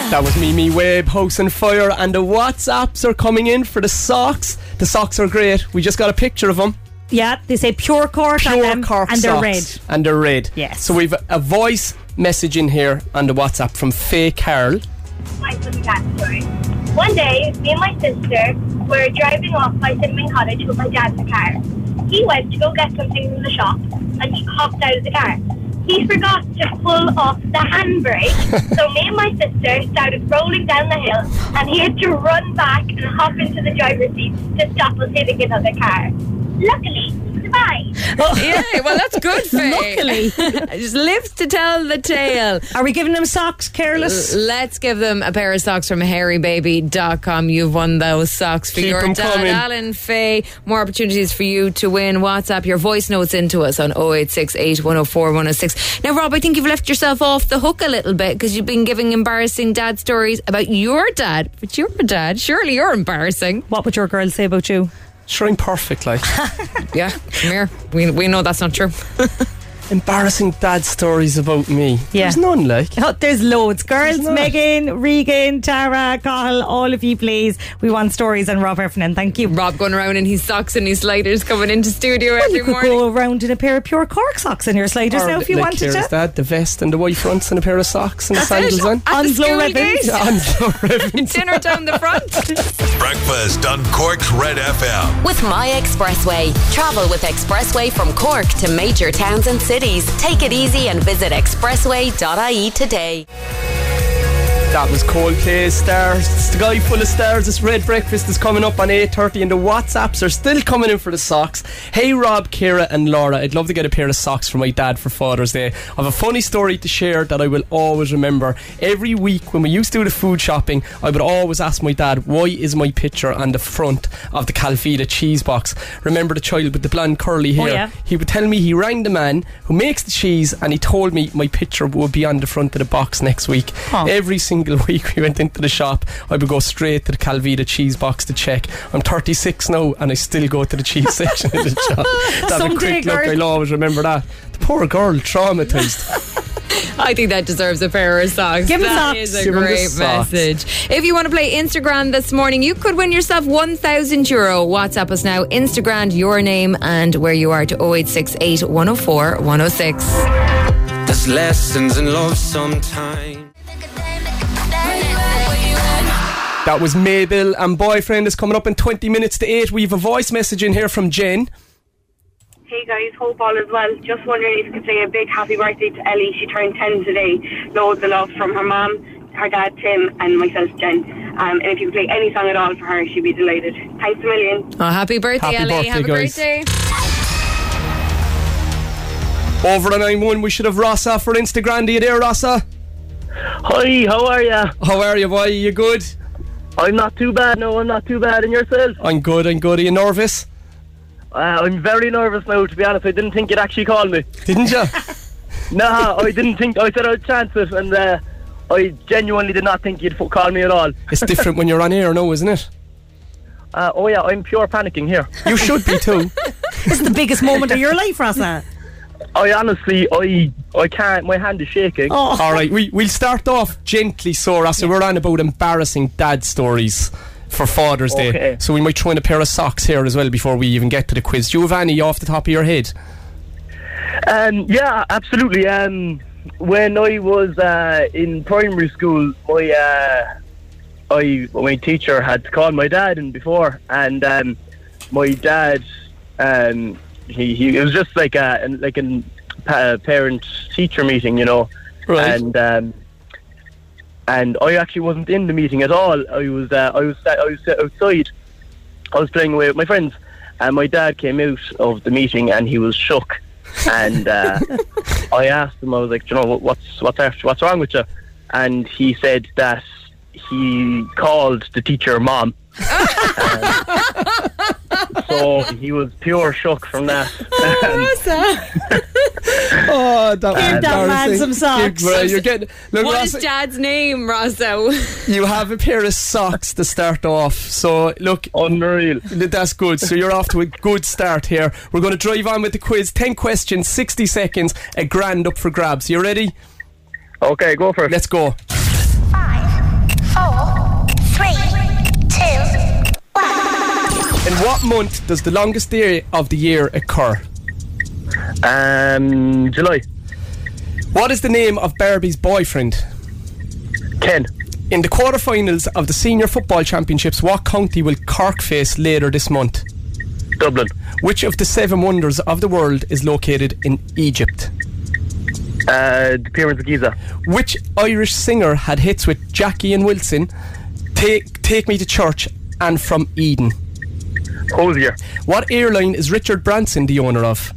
Speaker 2: That was Mimi Webb, House and Fire. And the WhatsApps are coming in for the socks. The socks are great. We just got a picture of them.
Speaker 4: Yeah, they say pure cork on
Speaker 2: Pure
Speaker 4: them,
Speaker 2: cork
Speaker 4: and they're
Speaker 2: socks. And they're red.
Speaker 4: Yes.
Speaker 2: So we've a voice message in here on the WhatsApp from Faye Carroll.
Speaker 9: I couldn't get through. One day, me and my sister were driving off by Cinnamon Cottage with my dad in the car. He went to go get something from the shop and he hopped out of the car. He forgot to pull off the handbrake, so me and my sister started rolling down the hill and he had to run back and hop into the driver's seat to stop us hitting another car. Luckily, he survived.
Speaker 3: Yeah, well, that's good, Faye. *laughs*
Speaker 4: Luckily.
Speaker 3: Just lives to tell the tale.
Speaker 4: red. Are we giving them socks, careless?
Speaker 3: Let's give them a pair of socks from hairybaby.com. You've won those socks for
Speaker 2: Keep
Speaker 3: your
Speaker 2: 'em
Speaker 3: dad,
Speaker 2: coming.
Speaker 3: Alan Faye. More opportunities for you to win. WhatsApp your voice notes into us on 0868 104 106. Now, Rob, I think you've left yourself off the hook a little bit because you've been giving embarrassing dad stories about your dad. But your dad, surely you're embarrassing.
Speaker 4: What would your girl say about you?
Speaker 2: Showing perfect,
Speaker 4: *laughs*
Speaker 2: like.
Speaker 3: Yeah, come here. We, we know that's not true.
Speaker 2: Embarrassing dad stories about me.
Speaker 4: Yeah.
Speaker 2: There's none, like.
Speaker 4: Oh, there's loads. Girls,
Speaker 2: There's not.
Speaker 4: Megan, Regan, Tara, Cahill, all of you, please. We want stories on Rob Heffernan. Thank you.
Speaker 3: Rob going around in his socks and his sliders coming into studio
Speaker 4: Well,
Speaker 3: every
Speaker 4: you could
Speaker 3: morning.
Speaker 4: go around in a pair of pure cork socks in your sliders now if you
Speaker 2: like
Speaker 4: wanted
Speaker 2: Kira's
Speaker 4: to.
Speaker 2: dad, the vest and the white fronts and a pair of socks and the
Speaker 3: Finish
Speaker 2: sandals
Speaker 4: *laughs*
Speaker 2: on.
Speaker 3: at the
Speaker 4: Onslow
Speaker 3: school
Speaker 4: ribbons.
Speaker 3: gate.
Speaker 2: On floor ribbons.
Speaker 3: Dinner down the front.
Speaker 5: Breakfast on Cork's Red FM.
Speaker 1: With My Expressway. Travel with Expressway from Cork to major towns and cities. Take it easy and visit expressway.ie E today.
Speaker 2: That was Coldplay Stars. It's the guy full of stars. This red breakfast is coming up on 8.30 and the WhatsApps are still coming in for the socks. Hey Rob, Kira and Laura, I'd love to get a pair of socks for my dad for Father's Day. I've a funny story to share that I will always remember. Every week when we used to do the food shopping, I would always ask my dad, why is my picture on the front of the Calvita cheese box? Remember the child with the blonde curly hair?
Speaker 4: Oh, yeah.
Speaker 2: He would tell me he rang the man who makes the cheese and he told me my picture would be on the front of the box next week.
Speaker 4: Huh.
Speaker 2: Every single *laughs* week we went into the shop, I would go straight to the Calvita cheese box to check. I'm 36 now and I still go to the cheese *laughs* section of the
Speaker 4: *laughs*
Speaker 2: shop. To have a
Speaker 4: Someday,
Speaker 2: quick look,
Speaker 4: girl.
Speaker 2: I'll always remember that. The poor girl, traumatised.
Speaker 3: I think that deserves a pair of socks.
Speaker 4: Give 'em
Speaker 3: That
Speaker 4: socks.
Speaker 3: is a
Speaker 2: Give 'em the
Speaker 3: great
Speaker 2: socks.
Speaker 3: message. If you want to play Instagram this morning, you could win yourself 1,000 euro. WhatsApp us now. Instagram your name and where you are to 0868 104 106.
Speaker 8: There's lessons in love sometimes.
Speaker 2: that was Mabel and boyfriend is coming up in 20 minutes to 8. We have a voice message in here from Jen.
Speaker 11: Hey guys, hope all is well. Just wondering if you could say a big happy birthday to Ellie. She turned 10 today. Loads of love from her mum, her dad Tim, and myself Jen. Um, and if you could play any song at all for her, she'd be delighted. Thanks a million.
Speaker 3: Oh, happy birthday,
Speaker 2: Happy
Speaker 3: Ellie.
Speaker 2: birthday,
Speaker 3: Have a
Speaker 2: guys.
Speaker 3: great day.
Speaker 2: Over on 91, we should have Rossa for Instagram. Do you there, Rossa?
Speaker 10: Hi, how are ya?
Speaker 2: How are you, boy? You good?
Speaker 10: I'm not too bad. No, I'm not too bad. And yourself?
Speaker 2: I'm good, I'm good. Are you nervous?
Speaker 10: Uh, I'm very nervous now. To be honest, I didn't think you'd actually call me.
Speaker 2: Didn't you?
Speaker 10: Nah, I didn't think. I said I'd chance it, and uh,
Speaker 12: I genuinely did not think you'd fo- call me at all.
Speaker 2: *laughs* It's different when you're on air, no, isn't it?
Speaker 12: Uh, oh yeah, I'm pure panicking here.
Speaker 2: You should be too.
Speaker 4: This is the biggest moment of your
Speaker 3: *laughs*
Speaker 4: life, Rosanna.
Speaker 12: I honestly, I, I can't. My hand is shaking.
Speaker 4: Oh.
Speaker 2: All right, we, we'll start off gently, Sora. So we're on about embarrassing dad stories for Father's Day.
Speaker 12: Okay.
Speaker 2: So we might throw in a pair of socks here as well before we even get to the quiz. Giovanni, off the top of your head.
Speaker 12: Um, yeah, absolutely. Um, when I was uh, in primary school, my uh, I my teacher had called my dad in before, and um, my dad um, he, he it was just like a an- like a uh, parent teacher meeting, you know,
Speaker 13: Right.
Speaker 12: and. Um, and I actually wasn't in the meeting at all. I was uh, I was I was outside. I was playing away with my friends, and my dad came out of the meeting and he was shook. And uh, I asked him, I was like, "Do you know what- what's what's after- what's wrong with you? And he said that he called the teacher mom. Um, so he was pure shock from that. *laughs*
Speaker 2: Oh, that was
Speaker 3: Give that man
Speaker 2: embarrassing.
Speaker 3: some socks.
Speaker 2: Give- right, you're getting, look,
Speaker 3: What
Speaker 2: Ross,
Speaker 3: is dad's name, Rosso?
Speaker 2: you have a pair of socks to start off. So look,
Speaker 12: unreal.
Speaker 2: That's good. So you're off to a good start here. We're going to drive on with the quiz. Ten questions, sixty seconds, a grand up for grabs. You ready?
Speaker 12: Okay, go for it.
Speaker 2: Let's go.
Speaker 14: Four, three, two.
Speaker 2: In what month does the longest day of the year occur?
Speaker 12: Um, July.
Speaker 2: What is the name of Barbie's boyfriend?
Speaker 12: Ken.
Speaker 2: In the quarterfinals of the Senior Football Championships, what county will Cork face later this month?
Speaker 12: Dublin.
Speaker 2: Which of the seven wonders of the world is located in Egypt?
Speaker 12: Uh, the Pyramids of Giza.
Speaker 2: Which Irish singer had hits with Jackie and Wilson, Take, Take Me to Church, and From Eden?
Speaker 12: Hosier.
Speaker 2: What airline is Richard Branson the owner of?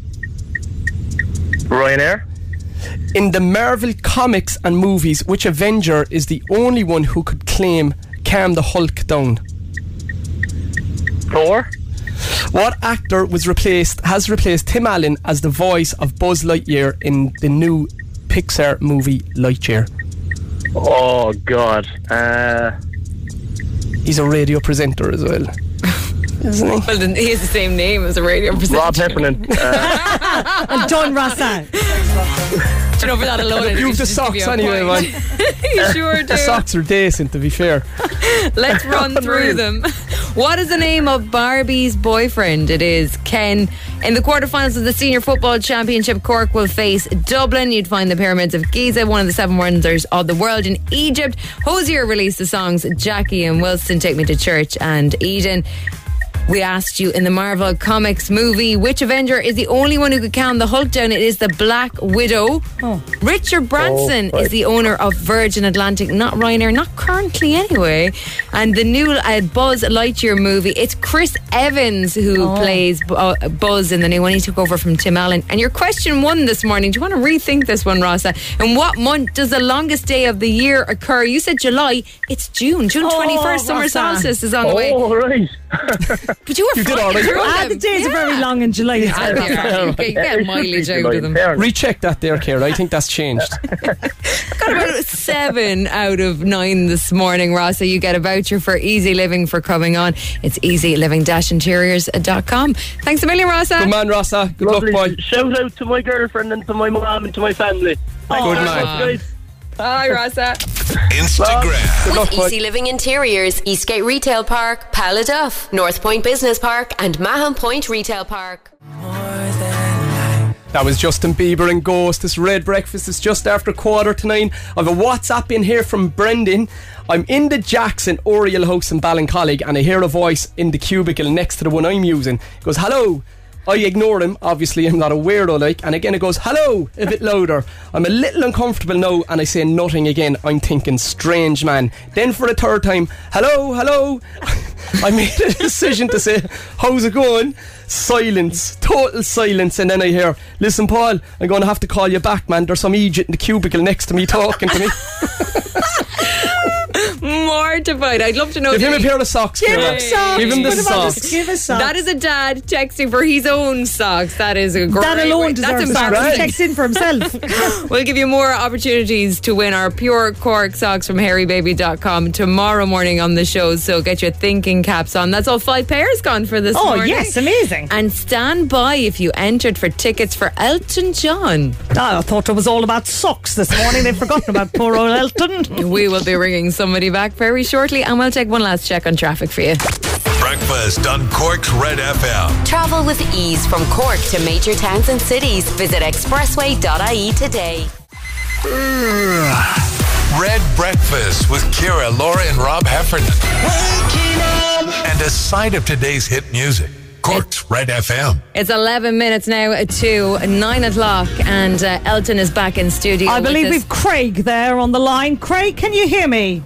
Speaker 12: Ryanair.
Speaker 2: In the Marvel comics and movies, which Avenger is the only one who could claim calm the Hulk down?
Speaker 12: Thor.
Speaker 2: What actor was replaced has replaced Tim Allen as the voice of Buzz Lightyear in the new Pixar movie Lightyear?
Speaker 12: Oh God. Uh,
Speaker 2: He's a radio presenter as well. Isn't he?
Speaker 3: *laughs* Well, then he has the same name as a radio presenter.
Speaker 12: Rob Heffernan.
Speaker 3: *laughs*
Speaker 12: Uh,
Speaker 4: I'm done, Rosanna.
Speaker 3: Do you know for that alone? it
Speaker 2: You've the
Speaker 3: just give
Speaker 2: socks
Speaker 3: you a
Speaker 2: anyway,
Speaker 3: point.
Speaker 2: man.
Speaker 3: *laughs* you sure do.
Speaker 2: The socks are decent, to be fair.
Speaker 3: *laughs* Let's run through them. *laughs* What is the name of Barbie's boyfriend? It is Ken. In the quarterfinals of the Senior Football Championship, Cork will face Dublin. You'd find the Pyramids of Giza, one of the seven wonders of the world in Egypt. Hosier released the songs Jackie and Wilson, Take Me to Church, and Eden. We asked you in the Marvel Comics movie, which Avenger is the only one who could calm the Hulk down? It is the Black Widow. Richard Branson
Speaker 15: Oh,
Speaker 3: is
Speaker 15: right.
Speaker 3: the owner of Virgin Atlantic, not Ryanair, not currently anyway. And the new uh, Buzz Lightyear movie, it's Chris Evans who plays Bu- uh, Buzz in the new one. He took over from Tim Allen. And your question one this morning, do you want to rethink this one, Rosa? In what month does the longest day of the year occur? You said July, it's June. June 21st, summer
Speaker 4: Rosa.
Speaker 3: solstice is on the
Speaker 15: Oh,
Speaker 3: way.
Speaker 12: Oh, All right.
Speaker 3: But you were
Speaker 2: You did
Speaker 3: flying
Speaker 2: all right.
Speaker 3: through
Speaker 4: Ah,
Speaker 3: them.
Speaker 4: the days are very long in July. It's
Speaker 3: Yeah.
Speaker 4: very long.
Speaker 3: You can
Speaker 12: *laughs*
Speaker 3: get mileage out of them.
Speaker 2: Recheck that there, Kara. I think that's changed.
Speaker 3: Got about seven out of nine this morning, Ross. So you get a voucher for Easy Living for coming on. It's easyliving-interiors.com. Thanks a million, Rossa.
Speaker 2: Good man, Rossa. Good
Speaker 12: Lovely.
Speaker 2: luck, boy.
Speaker 12: Shout out to my girlfriend and to my mom and to my family. Thank
Speaker 2: Good
Speaker 12: you very
Speaker 2: man.
Speaker 12: much, guys.
Speaker 3: Bye, Rossa.
Speaker 5: Instagram.
Speaker 1: With Easy Living Interiors, Eastgate Retail Park, Paladuff, North Point Business Park, and Mahon Point Retail Park.
Speaker 2: That was Justin Bieber and Ghost. This red breakfast is just after quarter to nine. I've a WhatsApp in here from Brendan. I'm in the Jackson Oriel House in Ballincollig and I hear a voice in the cubicle next to the one I'm using. It goes, hello. I ignore him, obviously, I'm not a weirdo like, and again it goes, hello, a bit louder. I'm a little uncomfortable now and I say nothing again. I'm thinking, strange man. Then for the third time, hello, hello. *laughs* I made a decision to say, How's it going? Silence, total silence. And then I hear, Listen, Paul, I'm going to have to call you back, man.
Speaker 3: *laughs*
Speaker 2: There's some Egypt in the cubicle next to me talking to me.
Speaker 3: More mortified. I'd love to know.
Speaker 2: Give
Speaker 3: that
Speaker 2: him a
Speaker 3: he-
Speaker 2: pair of socks,
Speaker 3: Give
Speaker 2: Ciara.
Speaker 3: him socks.
Speaker 2: Give him the Put him on the- socks.
Speaker 4: give us socks.
Speaker 3: That is a dad texting for his own socks. That is a great.
Speaker 4: That alone
Speaker 3: way- That's
Speaker 4: deserves socks. He
Speaker 3: embarrassing.
Speaker 4: checks in for
Speaker 3: *laughs*
Speaker 4: himself.
Speaker 3: We'll give you more opportunities to win our pure cork socks from hairybaby.com tomorrow morning on the show. So get your thinking caps on. That's all five pairs gone for this
Speaker 4: Oh,
Speaker 3: morning.
Speaker 4: yes, amazing.
Speaker 3: And stand by if you entered for tickets for Elton John.
Speaker 4: Ah, I thought it was all about socks this morning. They've forgotten about poor old Elton.
Speaker 3: we will be ringing somebody back very shortly and we'll take one last check on traffic for you.
Speaker 5: Breakfast on Cork's Red FM.
Speaker 1: Travel with ease from Cork to major towns and cities. Visit expressway.ie E today.
Speaker 5: Red Breakfast with Kira, Laura, and Rob Heffernan. And a side of today's hit music. Cork's Red FM.
Speaker 3: It's 11 minutes now to 9 o'clock and uh, Elton is back in studio.
Speaker 4: I believe
Speaker 3: with us.
Speaker 4: we've Craig there on the line. Craig, can you hear me?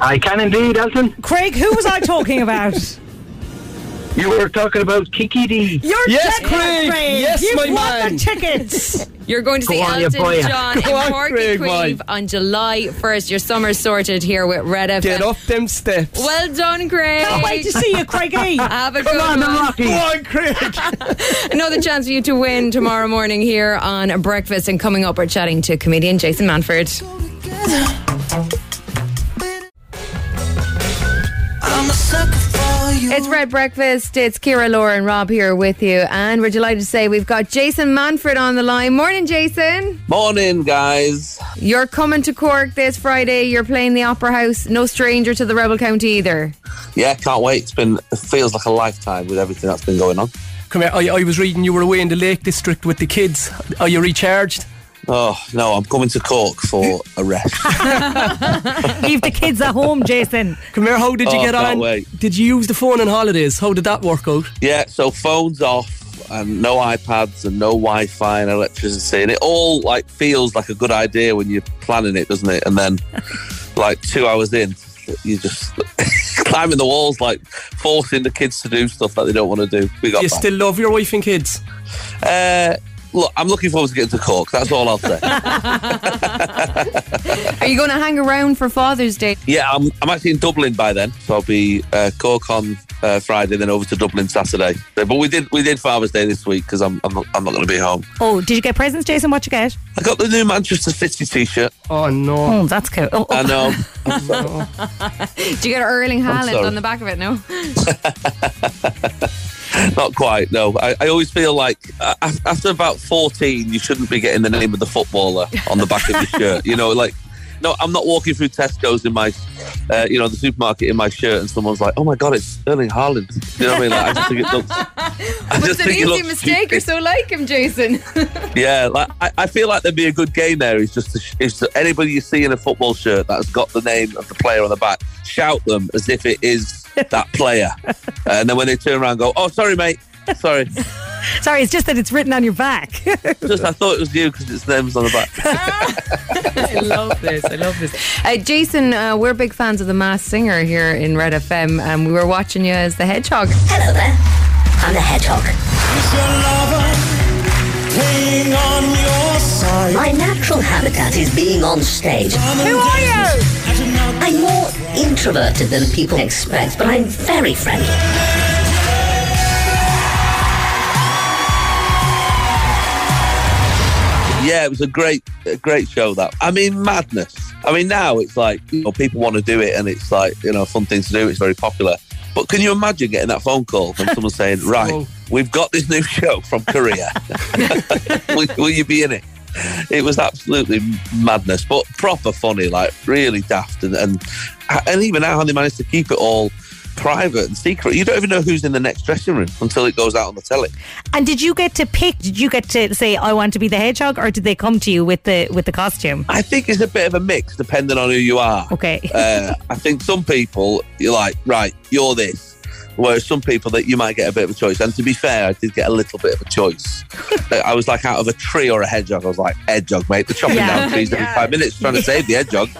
Speaker 16: I can indeed, Elton.
Speaker 4: Craig, who was I talking about?
Speaker 16: You were talking about Kiki D.
Speaker 4: You're Yes, Craig. Yes, You've my won the man. tickets.
Speaker 3: You're going to
Speaker 16: Go
Speaker 3: see
Speaker 16: on, you
Speaker 3: Elton
Speaker 16: boy.
Speaker 3: John
Speaker 16: Go
Speaker 3: in
Speaker 16: on,
Speaker 3: Corky
Speaker 16: Craig,
Speaker 3: Queeve
Speaker 16: boy.
Speaker 3: on July 1st. Your summer's sorted here with Red FM.
Speaker 2: Get up them steps.
Speaker 3: Well done, Craig.
Speaker 2: Can't wait to see you, Craigie.
Speaker 3: Have a
Speaker 2: Come
Speaker 3: good
Speaker 2: on, the
Speaker 3: one.
Speaker 2: Rocky. Go on, Craig.
Speaker 3: Another chance for you to win tomorrow morning here on Breakfast. And coming up, we're chatting to comedian Jason Manford.
Speaker 6: I'm a sucker for you.
Speaker 3: It's Red Breakfast. It's Kira, Laura, and Rob here with you. And we're delighted to say we've got Jason Manford on the line. Morning, Jason.
Speaker 12: Morning, guys.
Speaker 3: You're coming to Cork this Friday. You're playing the Opera House. No stranger to the Rebel County either.
Speaker 12: Yeah, can't wait. It's been it feels like a lifetime with everything that's been going on.
Speaker 2: Come here. I, I was reading you were away in the Lake District with the kids. Are you recharged?
Speaker 12: Oh no, I'm coming to Cork for a rest.
Speaker 4: *laughs* Leave the kids at home, Jason.
Speaker 2: Come here. How did you
Speaker 12: Oh,
Speaker 2: get
Speaker 12: can't
Speaker 2: on?
Speaker 12: wait.
Speaker 2: Did you use the phone on holidays? How did that work out?
Speaker 12: yeah, so phones off and no iPads and no Wi-Fi and electricity, and it all like feels like a good idea when you're planning it, doesn't it? And then, like two hours in, you just *laughs* climbing the walls, like forcing the kids to do stuff that they don't want to do. We got
Speaker 2: you
Speaker 12: back.
Speaker 2: still love your wife and kids?
Speaker 12: Uh, look, I'm looking forward to getting to Cork. That's all I'll say.
Speaker 3: Are you going to hang around for Father's Day?
Speaker 12: Yeah, I'm, I'm actually in Dublin by then, so I'll be uh, Cork on uh, Friday, then over to Dublin Saturday. So- But we did we did Father's Day this week because I'm I'm not, I'm not going to be home.
Speaker 4: Oh, did you get presents, Jason? What you get?
Speaker 12: I got the new Manchester City T-shirt. um,
Speaker 2: Oh no,
Speaker 4: *laughs* oh, that's cool. Oh,
Speaker 12: I know.
Speaker 3: Did you get Erling
Speaker 12: I'm
Speaker 3: Haaland
Speaker 12: sorry.
Speaker 3: on the back of it? No.
Speaker 12: Not quite. No, I, I always feel like uh, af- after about fourteen, you shouldn't be getting the name of the footballer on the back of your shirt. You know, like no, I'm not walking through Tesco's in my, uh, you know, the supermarket in my shirt, and someone's like, "Oh my god, it's Erling Haaland." You know what I mean? Like, I just think
Speaker 3: *laughs*
Speaker 12: it looks. I
Speaker 3: Was
Speaker 12: just
Speaker 3: it an
Speaker 12: think it
Speaker 3: easy
Speaker 12: looks
Speaker 3: mistake or so like him, Jason?
Speaker 12: Yeah, like, I, I feel like there'd be a good game there. It's just it's anybody you see in a football shirt that's got the name of the player on the back, shout them as if it is that
Speaker 3: *laughs*
Speaker 12: player, and then when they turn around, go, "Oh, sorry, mate, sorry."
Speaker 4: Sorry, it's just that it's written on your back.
Speaker 12: just I thought it was you because it's names on the back.
Speaker 3: I love this. I love this. Uh, Jason, uh, we're big fans of the Mass Singer here in Red FM, and we were watching you as the Hedgehog. Hello there. I'm the Hedgehog.
Speaker 7: It's your lover playing on your side.
Speaker 17: My natural habitat is being on stage.
Speaker 7: Who are you?
Speaker 17: I'm more introverted than people expect, but I'm very friendly.
Speaker 12: yeah, it was a great, a great show. That I mean, madness. I mean, now it's like you know people want to do it, and it's like you know a fun thing to do. It's very popular. But can you imagine getting that phone call from someone saying, "Right, we've got this new show from Korea. *laughs* will, will you be in it?" It was absolutely madness, but proper funny, like really daft, and and, and even how they managed to keep it all private and secret. You don't even know who's in the next dressing room until it goes out on the telly.
Speaker 4: and did you get to pick? Did you get to say I want to be the hedgehog, or did they come to you with the with the costume?
Speaker 12: I think it's a bit of a mix depending on who you are.
Speaker 4: Okay.
Speaker 12: uh, I think some people you're like, right, you're this. Whereas some people that you might get a bit of a choice. And to be fair, I did get a little bit of a choice. Like, I was like out of a tree or a hedgehog. I was like, hedgehog, mate. They're chopping
Speaker 4: Yeah.
Speaker 12: down trees every five minutes trying to save the hedgehog.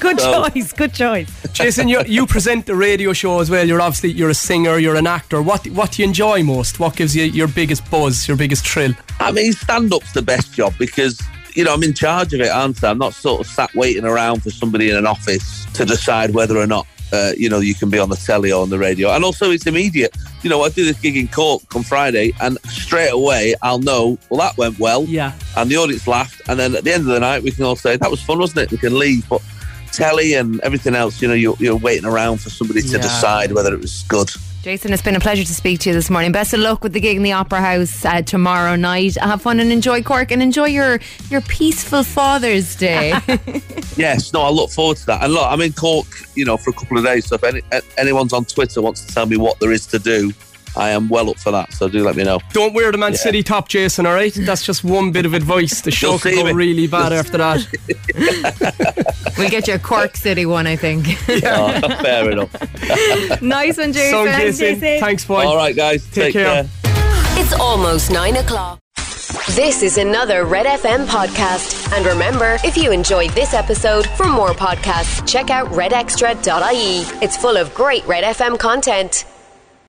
Speaker 4: *laughs* good
Speaker 12: So-
Speaker 4: choice. Good choice.
Speaker 2: Jason, you, you present the radio show as well. You're obviously you're a singer, you're an actor. What what do you enjoy most? What gives you your biggest buzz, your biggest thrill?
Speaker 12: I mean, stand up's the best job because. you you know, I'm in charge of it, aren't I? I'm not sort of sat waiting around for somebody in an office to decide whether or not, uh, you know, you can be on the telly or on the radio. And also, it's immediate. You know, I do this gig in Cork on Friday, and straight away I'll know, well, that went well.
Speaker 18: Yeah.
Speaker 12: And the audience laughed. And then at the end of the night, we can all say, that was fun, wasn't it? We can leave. But telly and everything else, you know, you're, you're waiting around for somebody to
Speaker 3: Yeah.
Speaker 12: decide whether it was good.
Speaker 3: Jason, it's been a pleasure to speak to you this morning. Best of luck with the gig in the Opera House uh, tomorrow night. Have fun and enjoy Cork and enjoy your, your peaceful
Speaker 1: *laughs*
Speaker 3: Father's Day.
Speaker 12: Yes, no, I look forward to that. And look, I'm in Cork, you know, for a couple of days. So if any, a- anyone's on Twitter wants to tell me what there is to do, I am well up for that. So do let me know.
Speaker 2: Don't wear the Man
Speaker 12: Yeah.
Speaker 2: City top, Jason, all right? That's just one bit of advice. The show
Speaker 12: You'll
Speaker 2: could
Speaker 12: see
Speaker 2: go
Speaker 12: me.
Speaker 2: really bad after that.
Speaker 3: we'll get you a Cork City one, I think.
Speaker 12: Oh, fair *laughs*
Speaker 3: *laughs*
Speaker 12: enough.
Speaker 3: nice one, Jason.
Speaker 1: So, Jason, thanks,
Speaker 12: boy. All right, guys. Take, care.
Speaker 1: It's almost nine o'clock. This is another Red FM podcast. And remember, if you enjoyed this episode, for E. more podcasts, check out redextra.ie. It's full of great Red FM content.